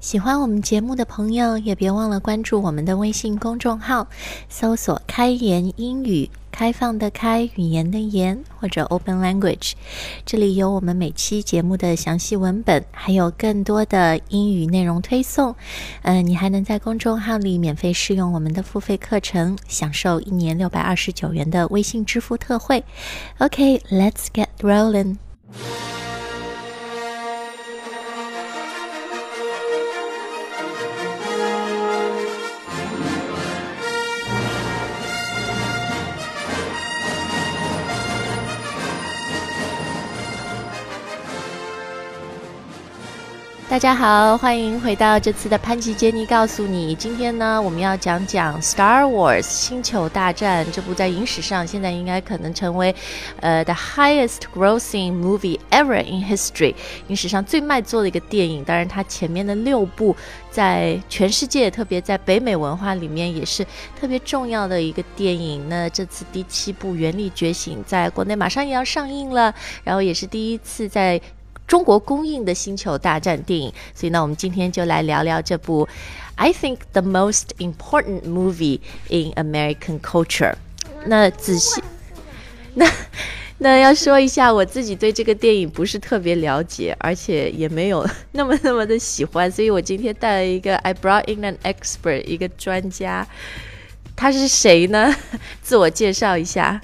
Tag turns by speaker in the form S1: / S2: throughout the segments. S1: 喜欢我们节目的朋友，也别忘了关注我们的微信公众号，搜索“开言英语”，开放的开，语言的言，或者 Open Language。这里有我们每期节目的详细文本，还有更多的英语内容推送。呃，你还能在公众号里免费试用我们的付费课程，享受一年六百二十九元的微信支付特惠。OK，let's、get rolling。大家好，欢迎回到这次的潘吉杰尼告诉你。今天呢，我们要讲讲《Star Wars》星球大战这部在影史上现在应该可能成为，呃，the highest grossing movie ever in history，影史上最卖座的一个电影。当然，它前面的六部在全世界，特别在北美文化里面也是特别重要的一个电影。那这次第七部《原力觉醒》在国内马上也要上映了，然后也是第一次在中国公映的《星球大战》电影，所以呢，我们今天就来聊聊这部 I think the most important movie in American culture。那仔细， 那那要说一下，我自己对这个电影不是特别了解，而且也没有 那么那么的喜欢，所以我今天带了一个 I brought in an expert，一个专家，他是谁呢？ 自我介绍一下。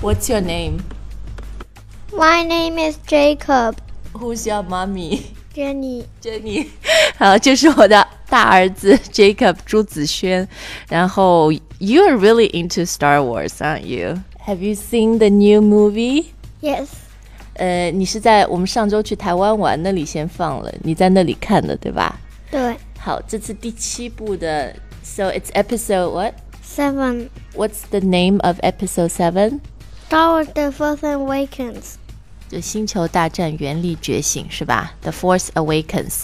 S1: What's your name?
S2: My name is Jacob
S1: Who's your mommy?
S2: Jenny.
S1: Jenny，好， 就是我的大儿子 Jacob 朱子轩。然后，You are really into Star Wars, aren't you? Have you seen the new movie?
S2: Yes.
S1: 呃，你是在我们上周去台湾玩那里先放了，你在那里看的对吧？
S2: 对
S1: 好，这次第七部的，So it's episode what?
S2: Seven.
S1: What's the name of episode seven?
S2: Star Wars: The Force Awakens.
S1: 就《星球大战：原力觉醒》是吧？The Force Awakens。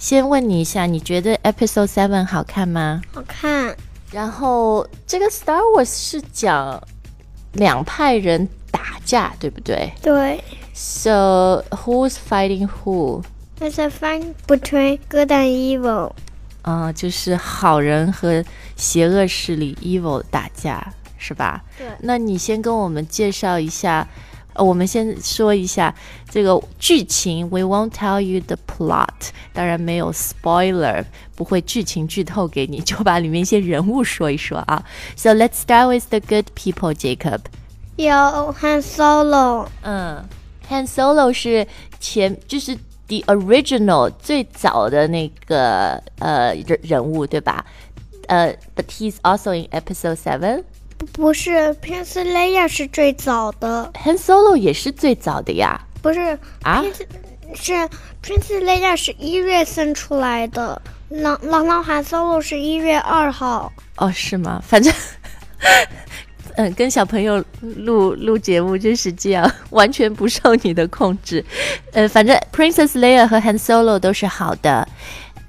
S1: 先问你一下，你觉得 Episode Seven 好看吗？
S2: 好看。
S1: 然后这个 Star Wars 是讲两派人打架，对不对
S2: 对。
S1: ？So who's fighting who？
S2: It's a fight between good and evil.
S1: 嗯、就是好人和邪恶势力 evil 打架，是吧？
S2: 对
S1: 那你先跟我们介绍一下，呃我们先说一下这个剧情。We won't tell you the plot，当然没有 spoiler，不会剧情剧透给你，就把里面一些人物说一说啊。So let's start with the good people, Jacob。
S2: 有 Han Solo.
S1: 嗯，Han Solo 是前就是 the original 最早的那个呃人人物对吧？呃、b u t he's also in episode seven。
S2: 不不是，Princess Leia 是最早的，
S1: Han Solo 也是最早的呀。
S2: 不是
S1: 啊
S2: Princess- 是 Princess Leia 是一月生出来的，朗朗朗 Han Solo 是一月二号。
S1: 哦，是吗？反正，嗯，跟小朋友录录节目真是这样，完全不受你的控制。呃，反正 Princess Leia 和 Han Solo 都是好的。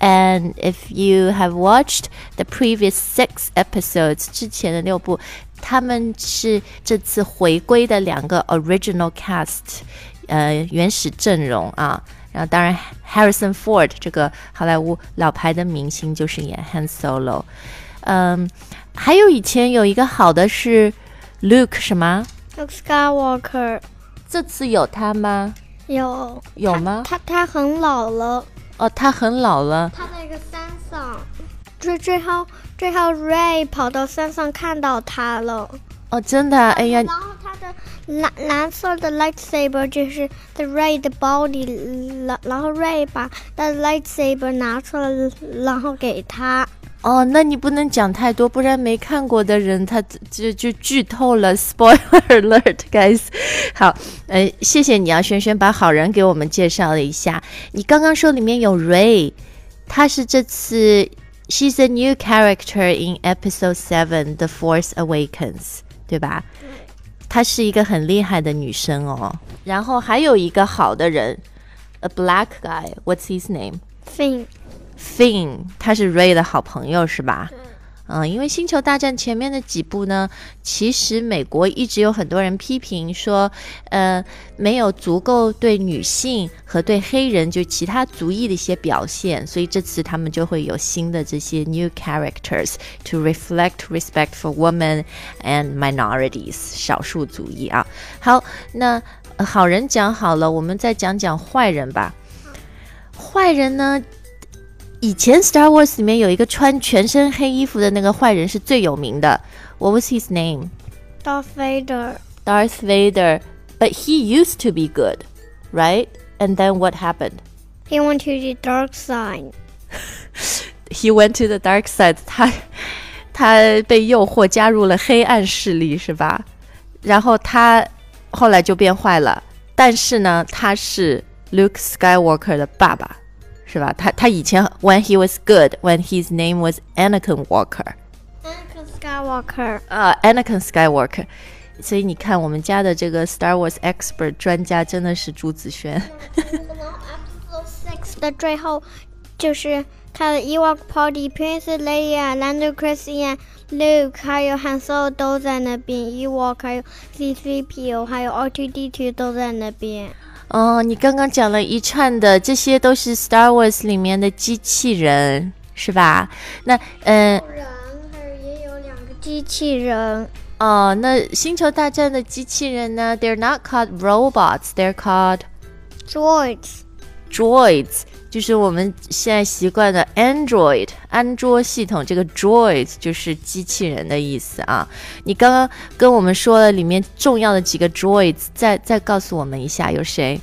S1: And if you have watched the previous six episodes，之前的六部，他们是这次回归的两个 original cast，呃，原始阵容啊。然后，当然，Harrison Ford 这个好莱坞老牌的明星就是演 Han Solo。嗯，还有以前有一个好的是 Luke 什么？
S2: Luke Skywalker
S1: 这次有他吗？
S2: 有
S1: 有吗？
S2: 他他很老了。
S1: 哦，他很老了。
S2: 他在一个山上，最最后最后 Ray 跑到山上看到他了。
S1: 哦，真的啊？哎呀
S2: 然，后他的蓝蓝色的 lightsaber 就是 the Ray 的包里，然然后 Ray 把他的 lightsaber 拿出来，然后给他。
S1: 哦，那你不能讲太多，不然没看过的人他就就剧透了，spoiler alert，guys。好，呃，谢谢你啊，轩轩把好人给我们介绍了一下。你刚刚说里面有 Ray，她是这次 she's a new character in episode seven, The Force Awakens，对吧？她是一个很厉害的女生哦。然后还有一个好的人，a black guy，what's his name？
S2: Fin
S1: Finn，他是 Ray 的好朋友是吧？嗯，因为《星球大战》前面的几部呢，其实美国一直有很多人批评说，呃，没有足够对女性和对黑人就其他族裔的一些表现，所以这次他们就会有新的这些 new characters to reflect respect for women and minorities 少数族裔啊。好，那、呃好人讲好了，我们再讲讲坏人吧。坏人呢，以前 Star Wars 里面有一个穿全身黑衣服的那个坏人是最有名的。What was his name?
S2: Darth Vader.
S1: Darth Vader. But he used to be good, right? And then what happened?
S2: He went to the dark side.
S1: He went to the dark side. 他他被诱惑加入了黑暗势力，是吧？然后他后来就变坏了。但是呢，他是 Luke Skywalker 的爸爸，是吧？他他以前 When he was good, when his name was Anakin Walker.
S2: Anakin Skywalker.
S1: 呃，Anakin Skywalker。所以你看，我们家的这个 Star Wars expert 专家真的是朱子轩。
S2: Six 的最后就是他的 Ewok Party Princess Leia、Lando Christian、Luke 还有 Han Solo 都在那边，Ewok 还有 C3PO 还有 R2D2 都在那边。
S1: 哦，你刚刚讲了一串的，这些都是 Star Wars 里面的机器人，是吧？那嗯
S2: 人还有也有两个机器人。
S1: 哦，那星球大战的机器人呢？They're not called robots, they're called
S2: Droids
S1: droids，就是我们现在习惯的 Android 安卓系统，这个 droid 就是机器人的意思啊。你刚刚跟我们说了里面重要的几个 droids，再再告诉我们一下有谁？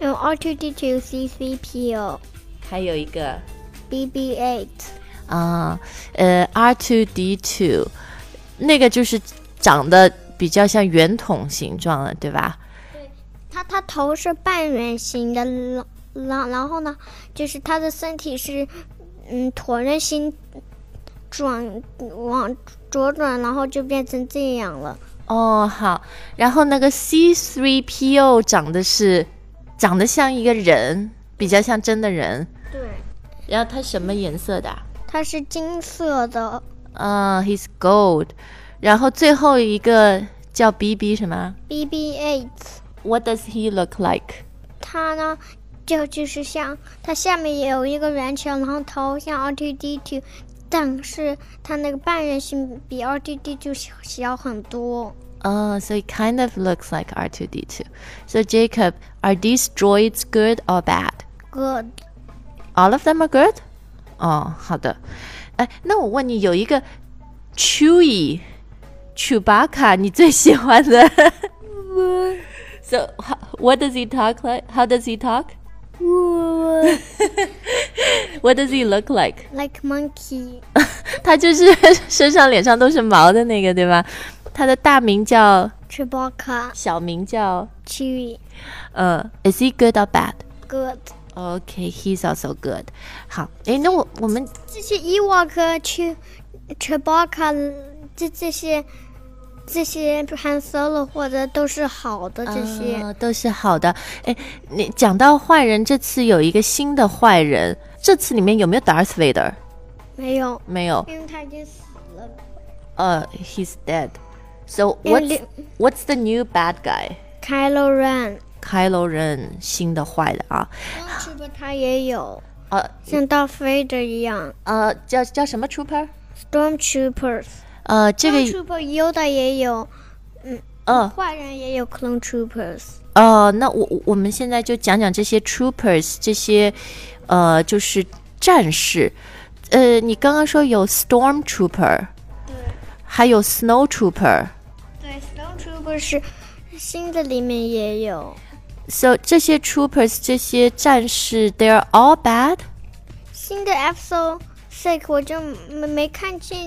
S2: 有 R2D2、C3PO、
S1: 还有一个
S2: BB8、
S1: 啊，呃，R two D two，那个就是长得比较像圆筒形状了，对吧？
S2: 它它头是半圆形的，然然然后呢，就是它的身体是嗯椭圆形转往左转，然后就变成这样了。
S1: 哦，好。然后那个 C three P O 长得是长得像一个人，比较像真的人。
S2: 对，
S1: 然后它什么颜色的啊？
S2: 它是金色的
S1: 啊、h e s gold。然后最后一个叫 B B 什么
S2: BB8，
S1: ？What does he look like？
S2: 它呢就就是像它下面也有一个圆球，然后头像 R2D2，但是它那个半圆形比 R2D2 小小很多。
S1: Oh, so it kind of looks like R2D2. So, Jacob, are these droids good or bad?
S2: Good，
S1: All of them are good? 哦，好的。哎，那我问你，有一个 Chewie、Chewbacca，你最喜欢的 ？So, how- what does he talk like? How does he talk? What does he look like?
S2: like monkey。
S1: 他就是身上、脸上都是毛的那个，对吧？他的大名叫，
S2: Chewbacca,
S1: 小名叫，
S2: Chewie,
S1: 呃，Is he good or bad?
S2: good。
S1: Okay, he's also good. 好，哎，那我我们
S2: 这些伊沃克、去 Chewbacca 这这些这些 Han Solo 或者都是好的这些。
S1: 呃都是好的。哎，你讲到坏人，这次有一个新的坏人，这次里面有没有 Darth Vader？
S2: 没有，
S1: 没有。
S2: 因为他已经死了。
S1: 呃、h e s dead. So
S2: 因为
S1: what's what's the new bad guy?
S2: Kylo Ren，
S1: Kylo Ren 新的坏的啊，
S2: c h e b a 他也有，
S1: 呃
S2: 像大飞的一样
S1: 呃，叫叫什么 Trooper？
S2: ，Stormtroopers。
S1: 呃，这个
S2: Stormtrooper Yoda 也有，
S1: 呃
S2: 坏人也有 Clone Troopers。
S1: 呃，那我我我们现在就讲讲这些 Troopers，这些呃就是战士。呃，你刚刚说有 Storm Trooper，还有 Snow Trooper。
S2: 对，Stormtrooper 是新的里面也有。
S1: So 这些 troopers 这些战士，they're all bad。
S2: 新的 episode six 我就没没看见，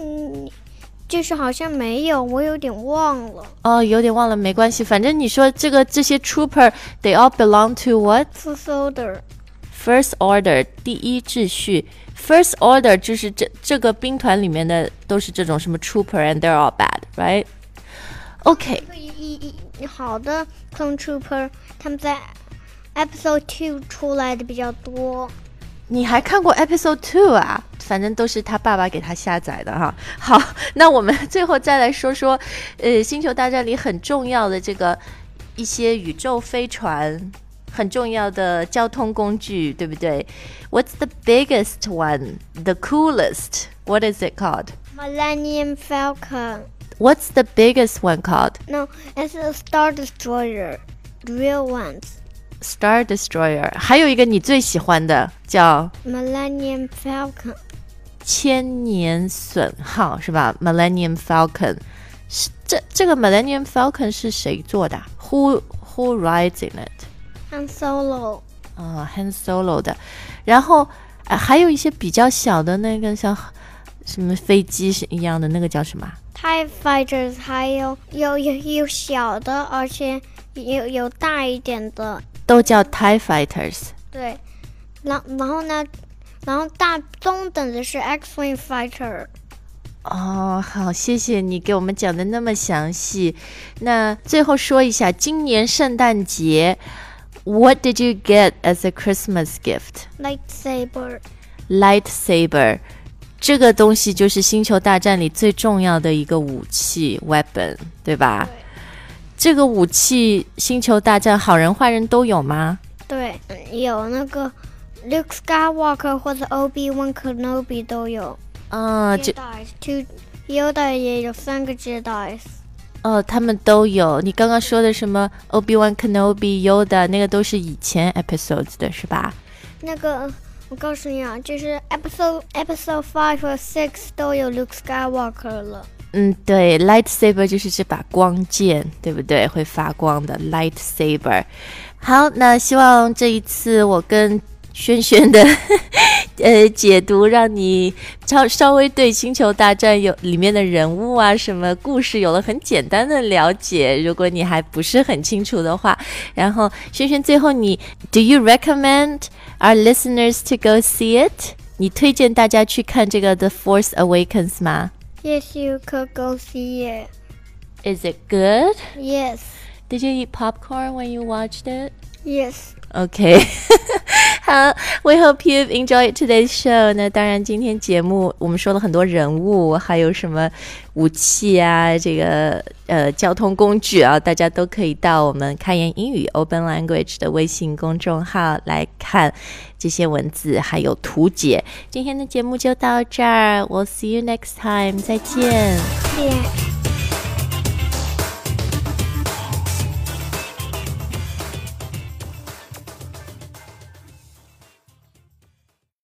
S2: 就是好像没有，我有点忘了。
S1: 哦，有点忘了，没关系，反正你说这个这些 trooper，they all belong to what
S2: f u s o l d e r
S1: first order 第一秩序。First order 就是这这个兵团里面的都是这种什么 trooper，and they're all bad，right？OK，
S2: 一一一好的 clone trooper 他们在 episode two 出来的比较多。
S1: 你还看过 Episode Two 啊？反正都是他爸爸给他下载的哈。好， 那我们最后再来说说，呃，《星球大战》里很重要的这个一些宇宙飞船，很重要的交通工具，对不对？What's the biggest one? The coolest? What is it called?
S2: Millennium Falcon.
S1: What's the biggest one called?
S2: No, it's a Star Destroyer. Real ones.
S1: Star Destroyer。还有一个你最喜欢的叫
S2: Millennium Falcon.
S1: 千年隼号是吧？Millennium Falcon 是这这个 Millennium Falcon 是谁做的啊？Who who rides in it？
S2: Han Solo.
S1: 啊、h a n Solo 的。然后、呃还有一些比较小的那个像什么飞机是一样的，那个叫什么啊？
S2: TIE Fighters 还有有有有小的，而且有有大一点的，
S1: 都叫 Tie Fighters。
S2: 对。然然后呢，然后大中等的是 X-wing fighter。
S1: 哦，好，谢谢你给我们讲的那么详细。那最后说一下，今年圣诞节，What did you get as a Christmas gift？
S2: lightsaber。
S1: lightsaber，这个东西就是《星球大战》里最重要的一个武器 weapon，对吧？
S2: 对
S1: 这个武器，《星球大战》好人坏人都有吗？
S2: 对，嗯有那个 Luke Skywalker 或者 Obi Wan Kenobi 都有。呃
S1: 嗯、这
S2: Jedi two Yoda 也有三个 Jedi。
S1: 哦，他们都有。你刚刚说的什么 Obi Wan Kenobi、Yoda，那个都是以前 episodes 的是吧？
S2: 那个，我告诉你啊，就是 Episode Episode Five 和 Six 都有 Luke Skywalker 了。
S1: 嗯，对，lightsaber 就是这把光剑，对不对？会发光的 lightsaber。好，那希望这一次我跟轩轩的 呃解读，让你稍稍微对《星球大战有》里面的人物啊、什么故事有了很简单的了解。如果你还不是很清楚的话，然后轩轩最后你，Do you recommend our listeners to go see it？你推荐大家去看这个《The Force Awakens》吗
S2: Yes, you could go see it.
S1: ？Is it good？
S2: Yes,
S1: Did you eat popcorn when you watched it?
S2: yes.
S1: Okay. 好，We hope you've enjoyed today's show. 那当然，今天节目我们说了很多人物，还有什么武器啊，这个呃交通工具啊，大家都可以到我们开言英语 Open Language 的微信公众号来看这些文字还有图解。今天的节目就到这儿，We'll see you next time. 再见。
S2: Yeah.